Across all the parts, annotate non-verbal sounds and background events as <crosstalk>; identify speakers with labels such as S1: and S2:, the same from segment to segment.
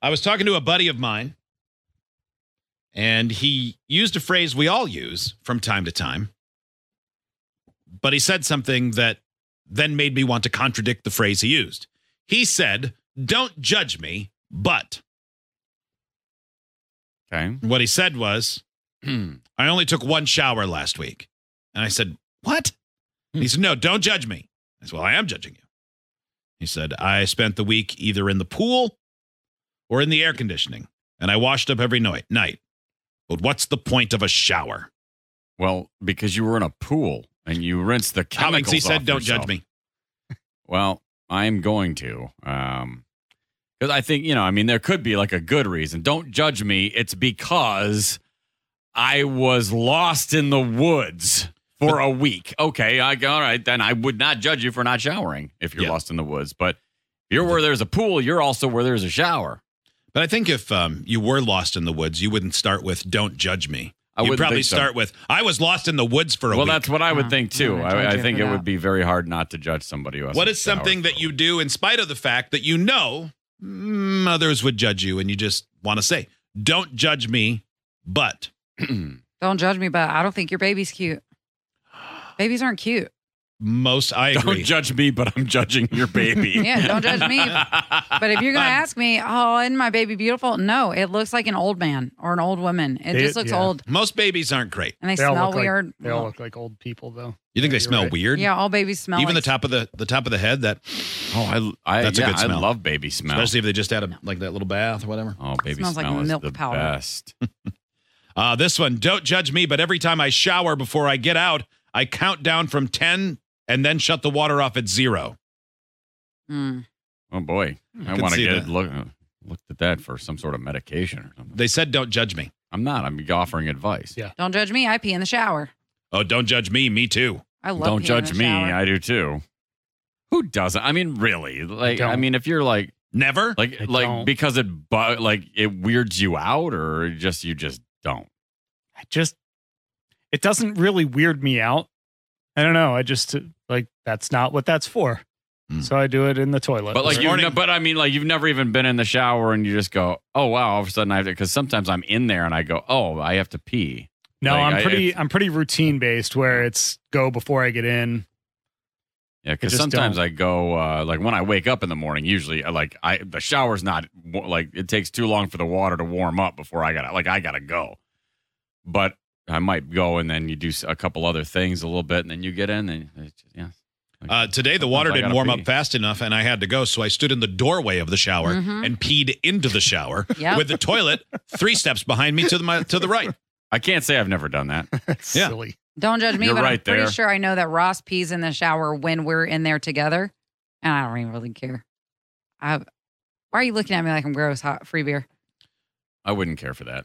S1: I was talking to a buddy of mine, and he used a phrase we all use from time to time. But he said something that then made me want to contradict the phrase he used. He said, Don't judge me, but.
S2: Okay. <clears throat>
S1: What he said was,
S2: Hmm.
S1: I only took one shower last week. And I said, What?
S2: Hmm.
S1: And he said, No, don't judge me. I said, Well, I am judging you. He said, I spent the week either in the pool or in the air conditioning, and I washed up every night night. But what's the point of a shower?
S2: Well, because you were in a pool and you rinsed the chemicals.
S1: Alex, he said,
S2: off
S1: Don't
S2: yourself.
S1: judge me.
S2: Well, I'm going to. Um, because I think, you know, I mean, there could be like a good reason. Don't judge me. It's because I was lost in the woods for a week. Okay. I all right. Then I would not judge you for not showering if you're
S1: Yeah.
S2: lost in the woods. But you're where there's a pool, you're also where there's a shower.
S1: But I think if um, you were lost in the woods, you wouldn't start with, Don't judge me.
S2: I
S1: You'd
S2: wouldn't
S1: probably
S2: think so.
S1: start with, I was lost in the woods for a
S2: well,
S1: week.
S2: that's what I would
S3: Yeah,
S2: think
S3: I'm
S2: too.
S3: gonna judge
S2: I, I
S3: you
S2: think
S3: for
S2: it
S3: that.
S2: would be very hard not to judge somebody who has
S1: What
S2: to
S1: is
S2: shower
S1: something
S2: for
S1: that
S2: a
S1: you do in spite of the fact that you know mm, others would judge you and you just want to say, don't judge me, but
S3: Don't judge me, but I don't think your baby's cute. Babies aren't cute.
S1: most, I
S4: <laughs>
S1: agree.
S2: <clears throat> Don't judge me, but I'm judging <laughs> your baby.
S3: Yeah, don't judge me. But if you're
S4: <laughs>
S3: going to ask me, oh, isn't my baby beautiful? No, it looks like an old man or an old woman. It
S4: They-
S3: just looks
S4: yeah.
S3: old
S1: most babies aren't great.
S3: and they,
S4: all
S3: smell
S4: look like-
S3: weird.
S4: they all look like old people, though.
S1: You think they
S4: Yeah, you're
S1: smell
S4: right.
S1: weird?
S3: yeah, all babies smell
S1: Even the
S3: like-
S1: top of the the top of the head that
S2: Oh, I, I
S1: That's a
S2: yeah,
S1: good smell.
S2: I love baby smell.
S1: especially if they just had a like that little bath or whatever.
S2: oh, baby
S3: Smells like
S2: smell is
S3: milk
S2: the
S3: powder.
S2: best.
S1: Uh this one, don't judge me, but every time I shower before I get out, I count down from 10 and then shut the water off at 0.
S3: Mm.
S2: <laughs> Oh boy, I
S1: can
S2: want to
S1: see
S2: get
S1: that.
S2: look looked at that for some sort of medication or something.
S1: They said don't judge me.
S2: I'm not. I'm offering advice.
S4: Yeah.
S3: Don't judge me. I pee in the shower.
S1: Oh, don't judge me, me too.
S3: I love
S2: Don't
S3: peeing
S2: judge
S3: in
S2: me.
S3: the shower.
S2: I do too. Who doesn't? I mean, really? Like, I,
S4: don't.
S2: mean, if you're like,
S1: Never?
S2: like,
S4: I
S2: like
S4: don't.
S2: because it, bu- like, it weirds you out, or just you just don't.
S4: I just, it doesn't really weird me out. I don't know. I just, uh, like, that's not what that's for.
S1: Mm.
S4: So I do it in the toilet.
S2: Hmm. But like
S1: This
S2: you,
S1: morning-
S2: ne- but I mean, like you've never even been in the shower and you just go, oh wow, all of a sudden I have to. Because sometimes I'm in there and I go, oh, I have to pee.
S4: no,
S2: like, I-
S4: I'm pretty,
S2: it's-
S4: I'm pretty routine based where it's go before I get <laughs> in.
S2: Yeah, because
S4: just
S2: sometimes
S4: don't.
S2: I go uh, like when I wake up in the morning. Usually, I, like I the shower's not wa- like it takes too long for the water to warm up before I got to like I gotta go. But I might go and then you do s- a couple other things a little bit and then you get in and it's just, yeah. Like,
S1: Uh, today, the water
S2: sometimes I
S1: didn't
S2: gotta
S1: warm
S2: pee.
S1: up fast enough, and I had to go. So I stood in the doorway of the shower
S2: Mm-hmm.
S3: Mhm.
S1: and peed into the
S2: <laughs>
S1: shower
S3: Yep.
S1: with the toilet three steps behind me to the my, to the right.
S2: I can't say I've never done that.
S4: It's
S1: Yeah.
S4: silly.
S3: Don't judge me,
S2: You're
S3: but I'm
S2: right
S3: pretty
S2: there.
S3: sure I know that Ross pees in the shower when we're in there together, and I don't even really care. I, why are you looking at me like I'm gross? Hot free beer.
S2: I wouldn't care for that.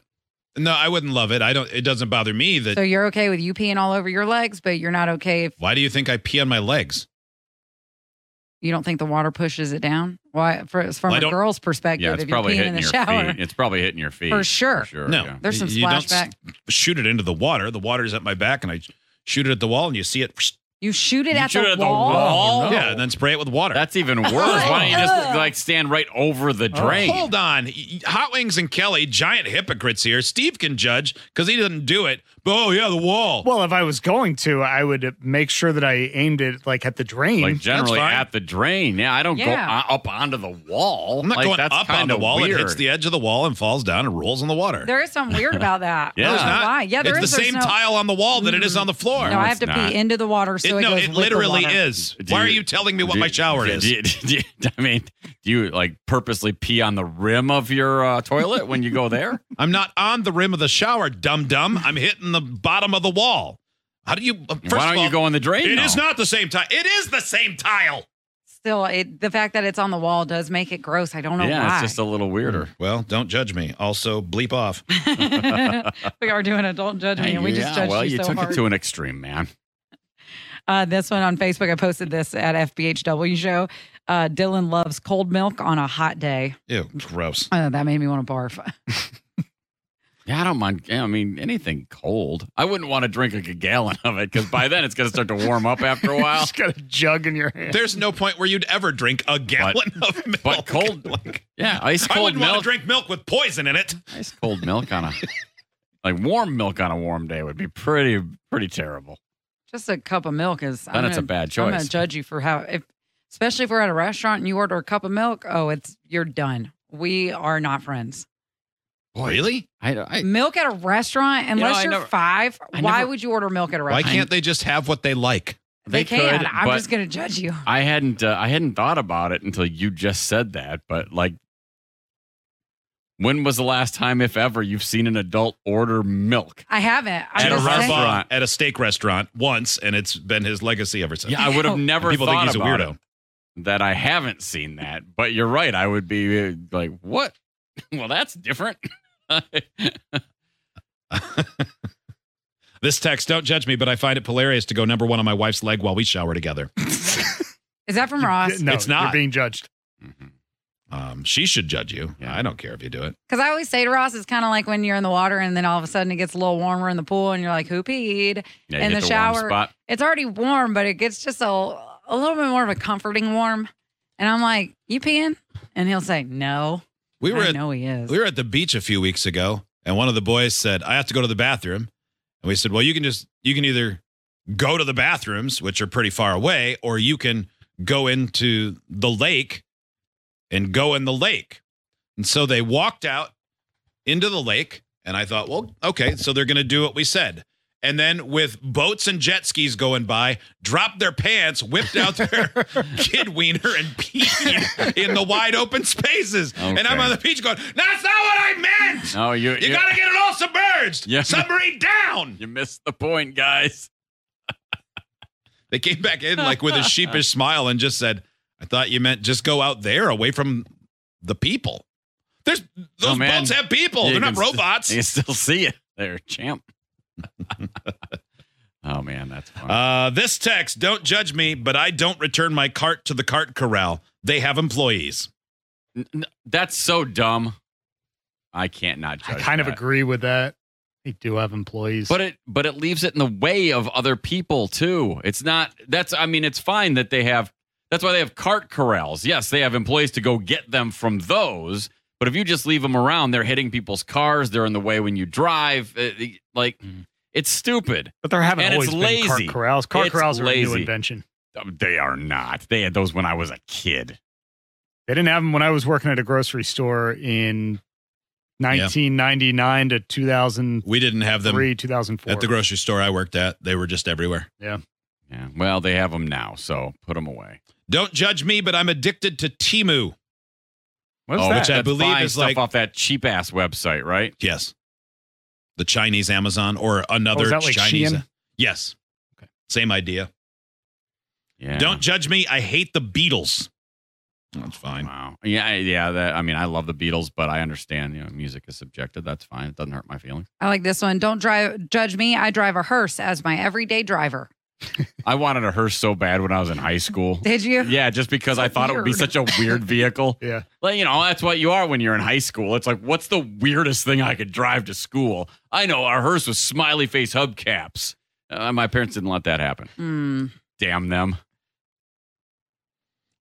S1: No, I wouldn't love it. I don't. It doesn't bother me that.
S3: So you're okay with you peeing all over your legs, but you're not okay if
S1: why do you think I pee on my legs?
S3: you don't think the water pushes it down. Why? For, from
S1: Well, I
S3: a
S1: don't-
S3: girl's perspective,
S2: Yeah, it's
S3: if you're
S2: probably
S3: peeing in
S2: hitting
S3: the
S2: your
S3: shower,
S2: feet. It's probably hitting your feet
S3: for sure.
S1: No.
S2: yeah.
S3: There's some
S1: You don't s-
S3: splashback.
S1: Shoot it into the water. The water's at my back, and I shoot it at the wall, and you see it.
S3: You shoot it
S2: You
S3: at,
S2: shoot
S3: the,
S2: it at the
S3: wall?
S2: wall? Oh.
S1: Yeah, and then spray it with water.
S2: That's even worse. Why don't you just
S3: Ugh.
S2: like stand right over the drain?
S1: Oh, Hold on, Y- y- Hot Wings and Kelly, giant hypocrites here. Steve can judge because he didn't do it. But oh yeah, the wall.
S4: Well, if I was going to, I would make sure that I aimed it like at the drain. <laughs>
S2: Like generally
S1: fine.
S2: at the drain. Yeah, I don't go
S3: Yeah.
S2: go up onto the wall.
S1: I'm not
S2: like,
S1: going
S2: that's
S1: up on the
S2: kinda
S1: wall.
S2: Weird.
S1: It hits the edge of the wall and falls down and rolls in the water.
S3: There is something weird about that.
S2: <laughs>
S1: No,
S2: Yeah.
S3: I don't
S1: it's
S3: know
S1: not.
S3: Why? Yeah, there
S1: it's
S3: is.
S1: the
S3: There's
S1: same
S3: no, Mm-hmm.
S1: tile on the wall that it is on the floor.
S3: No, I have
S2: it's
S3: to
S2: not.
S3: pee into the water, so
S1: it,
S3: it,
S1: no,
S3: goes
S1: it
S3: with the
S1: literally
S3: water.
S1: is.
S2: Do
S1: Why
S2: you-
S1: are you telling me what
S2: Do-
S1: my shower
S2: do-
S1: is?
S2: do- do- do- <laughs> I mean, do you like purposely pee on the rim of your uh, toilet when you go there?
S1: I'm not on the rim of the shower, dum dum. I'm hitting the bottom of the wall. How do you? <laughs> uh, First
S2: Why
S1: of
S2: don't
S1: all,
S2: you go in the drain?
S1: It
S2: though?
S1: is not the same tile. It is the same tile.
S3: still it, the fact that it's on the wall does make it gross. I don't know
S2: yeah,
S3: why.
S2: it's just a little weirder.
S1: Well, don't judge me. Also, bleep off.
S3: <laughs> we are doing adult judgment. and we just
S2: yeah,
S3: judged
S2: well,
S3: you,
S2: you
S3: so
S2: took
S3: hard.
S2: it to an extreme, man.
S3: uh, this one on Facebook, I posted this at FBHW show. Uh, Dylan loves cold milk on a hot day.
S1: Ew, gross.
S3: Uh, that made me want to barf. <laughs>
S2: Yeah, I don't mind. Yeah, I mean, anything cold. I wouldn't want to drink like a gallon of it because by then it's going to start to warm up after a
S1: <laughs>
S2: while.
S4: Just got a jug in your hand.
S1: There's no point where you'd ever drink a gallon of milk.
S2: But cold,
S1: <laughs> Like,
S2: yeah, ice
S1: I
S2: cold
S1: wouldn't want to
S2: milk.
S1: drink <laughs> milk with poison in it.
S2: Ice cold milk on a like warm milk on a warm day would be pretty pretty terrible.
S3: just a cup of milk is.
S2: Then it's a bad
S3: I'm gonna
S2: choice.
S3: judge you for how, if especially if we're at a restaurant and you order a cup of milk. Oh, it's you're done. We are not friends.
S1: Really?
S2: I, I
S3: Milk at a restaurant,
S2: know,
S3: unless
S2: I
S3: you are
S2: never-
S3: five.
S2: I
S3: why
S2: never-
S3: would you order milk at a
S1: Why
S3: restaurant?
S1: can't they just have what they like?
S2: they
S3: they, can.
S2: could,
S3: I'm
S2: but-
S3: just gonna judge you.
S2: I hadn't uh, I hadn't thought about it until you just said that, but like when was the last time if ever you've seen an adult order milk?
S3: I haven't.
S2: At
S3: I'm
S2: a
S3: just saying.
S2: restaurant.
S1: At a steak restaurant once, and it's been his legacy ever since.
S2: Yeah, I would have
S3: And
S2: never
S1: people
S2: thought
S1: think he's a
S2: about
S1: weirdo.
S2: it, that I haven't seen that. But you're right, I would be uh, like, "What? <laughs> well, that's different." <laughs> Mm-hmm.
S1: This text, don't judge me, but I find it hilarious to go number one on my wife's leg while we shower together.
S3: Is that from Ross?
S4: No,
S1: It's not.
S4: You're being judged.
S2: Mhm.
S1: Um, she should judge you.
S2: Yeah.
S1: I don't care if you do it.
S3: Because I always say to Ross, it's kind of like when you're in the water and then all of a sudden it gets a little warmer in the pool and you're like, who peed?
S2: Yeah,
S3: In
S2: hit
S3: the
S2: warm
S3: shower.
S2: spot.
S3: It's already warm, but it gets just a, a little bit more of a comforting warm. And I'm like, you peeing? And he'll say, no.
S1: We were
S3: I
S1: at
S3: know he is.
S1: we were at the beach a few weeks ago, and one of the boys said, "I have to go to the bathroom," and we said, "Well, you can just you can either go to the bathrooms, which are pretty far away, or you can go into the lake and go in the lake." And so they walked out into the lake, and I thought, "Well, okay, so they're going to do what we said." And then, with boats and jet skis going by, dropped their pants, whipped out their kid wiener, and peed in the wide open spaces. And I'm
S2: Okay.
S1: on the beach going, that's not what I meant.
S2: No, you
S1: You
S2: you,
S1: gotta get it all submerged.
S2: Yeah.
S1: Submarine down.
S2: you missed the point, guys.
S1: They came back in like <laughs> with a sheepish smile and just said, I thought you meant just go out there away from the people. There's those
S2: Oh, man.
S1: boats have people.
S2: Yeah,
S1: They're
S2: you
S1: not
S2: can st-
S1: robots.
S2: You can still see it there, champ. <laughs> oh man, that's funny.
S1: Uh, this text, don't judge me, but I don't return my cart to the cart corral. They have employees.
S2: N- n- that's so dumb. I can't not
S4: I
S2: judge.
S4: kind of
S2: that.
S4: agree with that. They do have employees.
S2: But it but it leaves it in the way of other people too. It's not that's I mean it's fine that they have that's why they have cart corrals. Yes, they have employees to go get them from those. But if you just leave them around, they're hitting people's cars. They're in the way when you drive. Uh, the- Like
S1: Mm-hmm.
S2: it's stupid.
S4: but there haven't
S2: and it's
S4: always
S2: lazy.
S4: been cart corrals. Cart
S2: It's
S4: corrals are a
S2: lazy.
S4: new invention.
S2: Um, They are not. They had those when I was a kid.
S4: They didn't have them when I was working at a grocery store in 1999 to 2003,
S1: We didn't have them
S4: 2004.
S1: at the grocery store I worked at. They were just everywhere.
S2: Yeah. Well, they have them now, so put them away.
S1: Don't judge me, but I'm addicted to Timu.
S4: What's
S2: oh,
S4: that?
S1: which I
S2: That's
S1: believe
S2: buying
S1: is
S2: stuff
S1: like-
S2: off that cheap ass website, right?
S1: Yes. The Chinese Amazon or another
S4: Oh, is that like
S1: Chinese.
S4: Shein?
S1: Yes.
S4: Okay.
S1: Same idea.
S2: Yeah.
S1: Don't judge me. I hate the Beatles. That's fine.
S2: Wow. Yeah, I- yeah. That, I mean, I love the Beatles, but I understand. You know, music is subjective. That's fine. It doesn't hurt my feelings.
S3: I like this one. Don't drive, judge me. I drive a hearse as my everyday driver. <laughs>
S2: I wanted a hearse so bad when I was in high school.
S3: Did you?
S2: Yeah, just because I thought it would be
S3: Weird.
S2: such a weird vehicle.
S4: <laughs> Yeah.
S2: Like, you know, that's what you are when you're in high school. It's like, what's the weirdest thing I could drive to school? I know our hearse was smiley face hubcaps. Uh, my parents didn't let that happen.
S3: Hmm.
S2: Damn them. <laughs>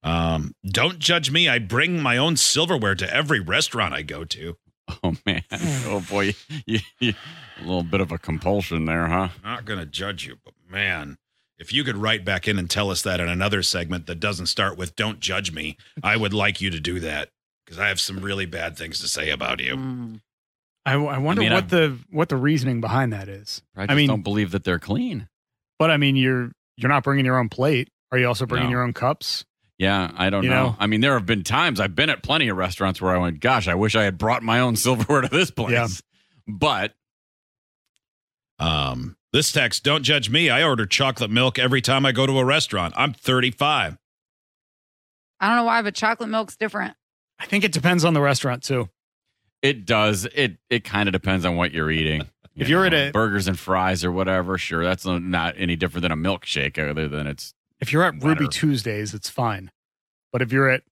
S1: Um, don't judge me. I bring my own silverware to every restaurant I go to.
S2: Oh man. Oh boy. <laughs> You- you- a little bit of a compulsion there, huh?
S1: Not going to judge you, but man, if you could write back in and tell us that in another segment that doesn't start with don't judge me, I would like you to do that because I have some really bad things to say about you.
S3: Hmm.
S4: I, I wonder
S2: I mean,
S4: what
S2: I've-
S4: the what the reasoning behind that is.
S2: I just
S4: mean-
S2: don't believe that they're clean.
S4: But I mean, you're you're not bringing your own plate. Are you also bringing
S2: No.
S4: your own cups?
S2: Yeah, I don't
S4: You
S2: know.
S4: know?
S2: I mean, there have been times I've been at plenty of restaurants where I went, gosh, I wish I had brought my own <laughs> silverware to this place.
S4: Yeah.
S2: But
S1: Um, this text, don't judge me. I order chocolate milk every time I go to a restaurant. I'm 35.
S3: I don't know why, but chocolate milk's different.
S4: I think it depends on the restaurant too.
S2: It does. It it kind of depends on what you're eating. You
S4: <laughs> If you're at a-
S2: burgers and fries or whatever, sure, that's no- not any different than a milkshake, other than it's
S4: If you're at Ruby
S2: Wetter.
S4: Tuesdays, it's fine. But if you're at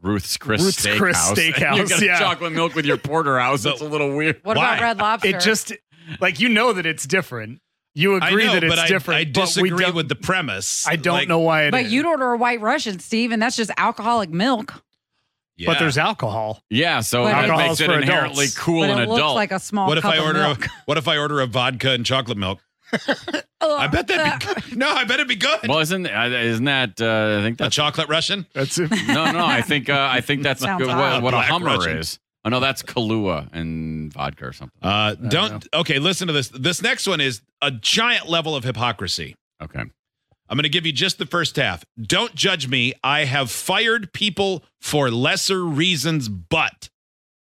S2: Ruth's Chris
S4: Ruth's
S2: Steakhouse. <laughs>
S4: Chris
S2: you
S4: Steakhouse,
S2: got
S4: yeah.
S2: chocolate milk with your porterhouse.
S1: But
S4: <laughs>
S2: That's a little weird.
S3: What
S1: Why?
S3: about red lobster?
S4: it just like you know that it's different. You
S1: I
S4: agree
S1: know,
S4: that it's
S1: but I,
S4: different.
S1: I
S4: but we
S1: disagree
S4: don't-
S1: with the premise.
S4: I don't
S1: Like,
S4: know why it
S3: but
S4: is.
S3: you'd order a white Russian, Steve, and that's just alcoholic milk.
S1: yeah.
S4: But there's alcohol.
S2: Yeah, so
S3: But
S2: that
S4: Alcohol's
S2: makes it
S4: for adults.
S2: inherently cool
S3: but
S2: and
S3: it looks
S2: adult.
S3: like a small.
S1: what if
S3: cup
S1: I
S3: of
S1: order
S3: milk.
S1: a <laughs> what if I order a vodka and chocolate milk? I bet that'd
S4: <laughs>
S1: be good. No, I bet it'd be good.
S2: well, isn't uh, isn't that? Uh, I think
S1: a
S2: that's
S1: chocolate Russian?
S4: That's it.
S2: no, no. I think uh, I
S3: <laughs>
S2: think that's
S3: Sounds
S2: good-
S3: odd.
S2: what, what a
S1: Black
S2: Hummer
S1: Russian.
S2: is. Oh no, that's Kahlua and vodka or something.
S1: Uh, don't okay, listen to this. This next one is a giant level of hypocrisy.
S2: Okay,
S1: I'm going to give you just the first half. Don't judge me. I have fired people for lesser reasons, but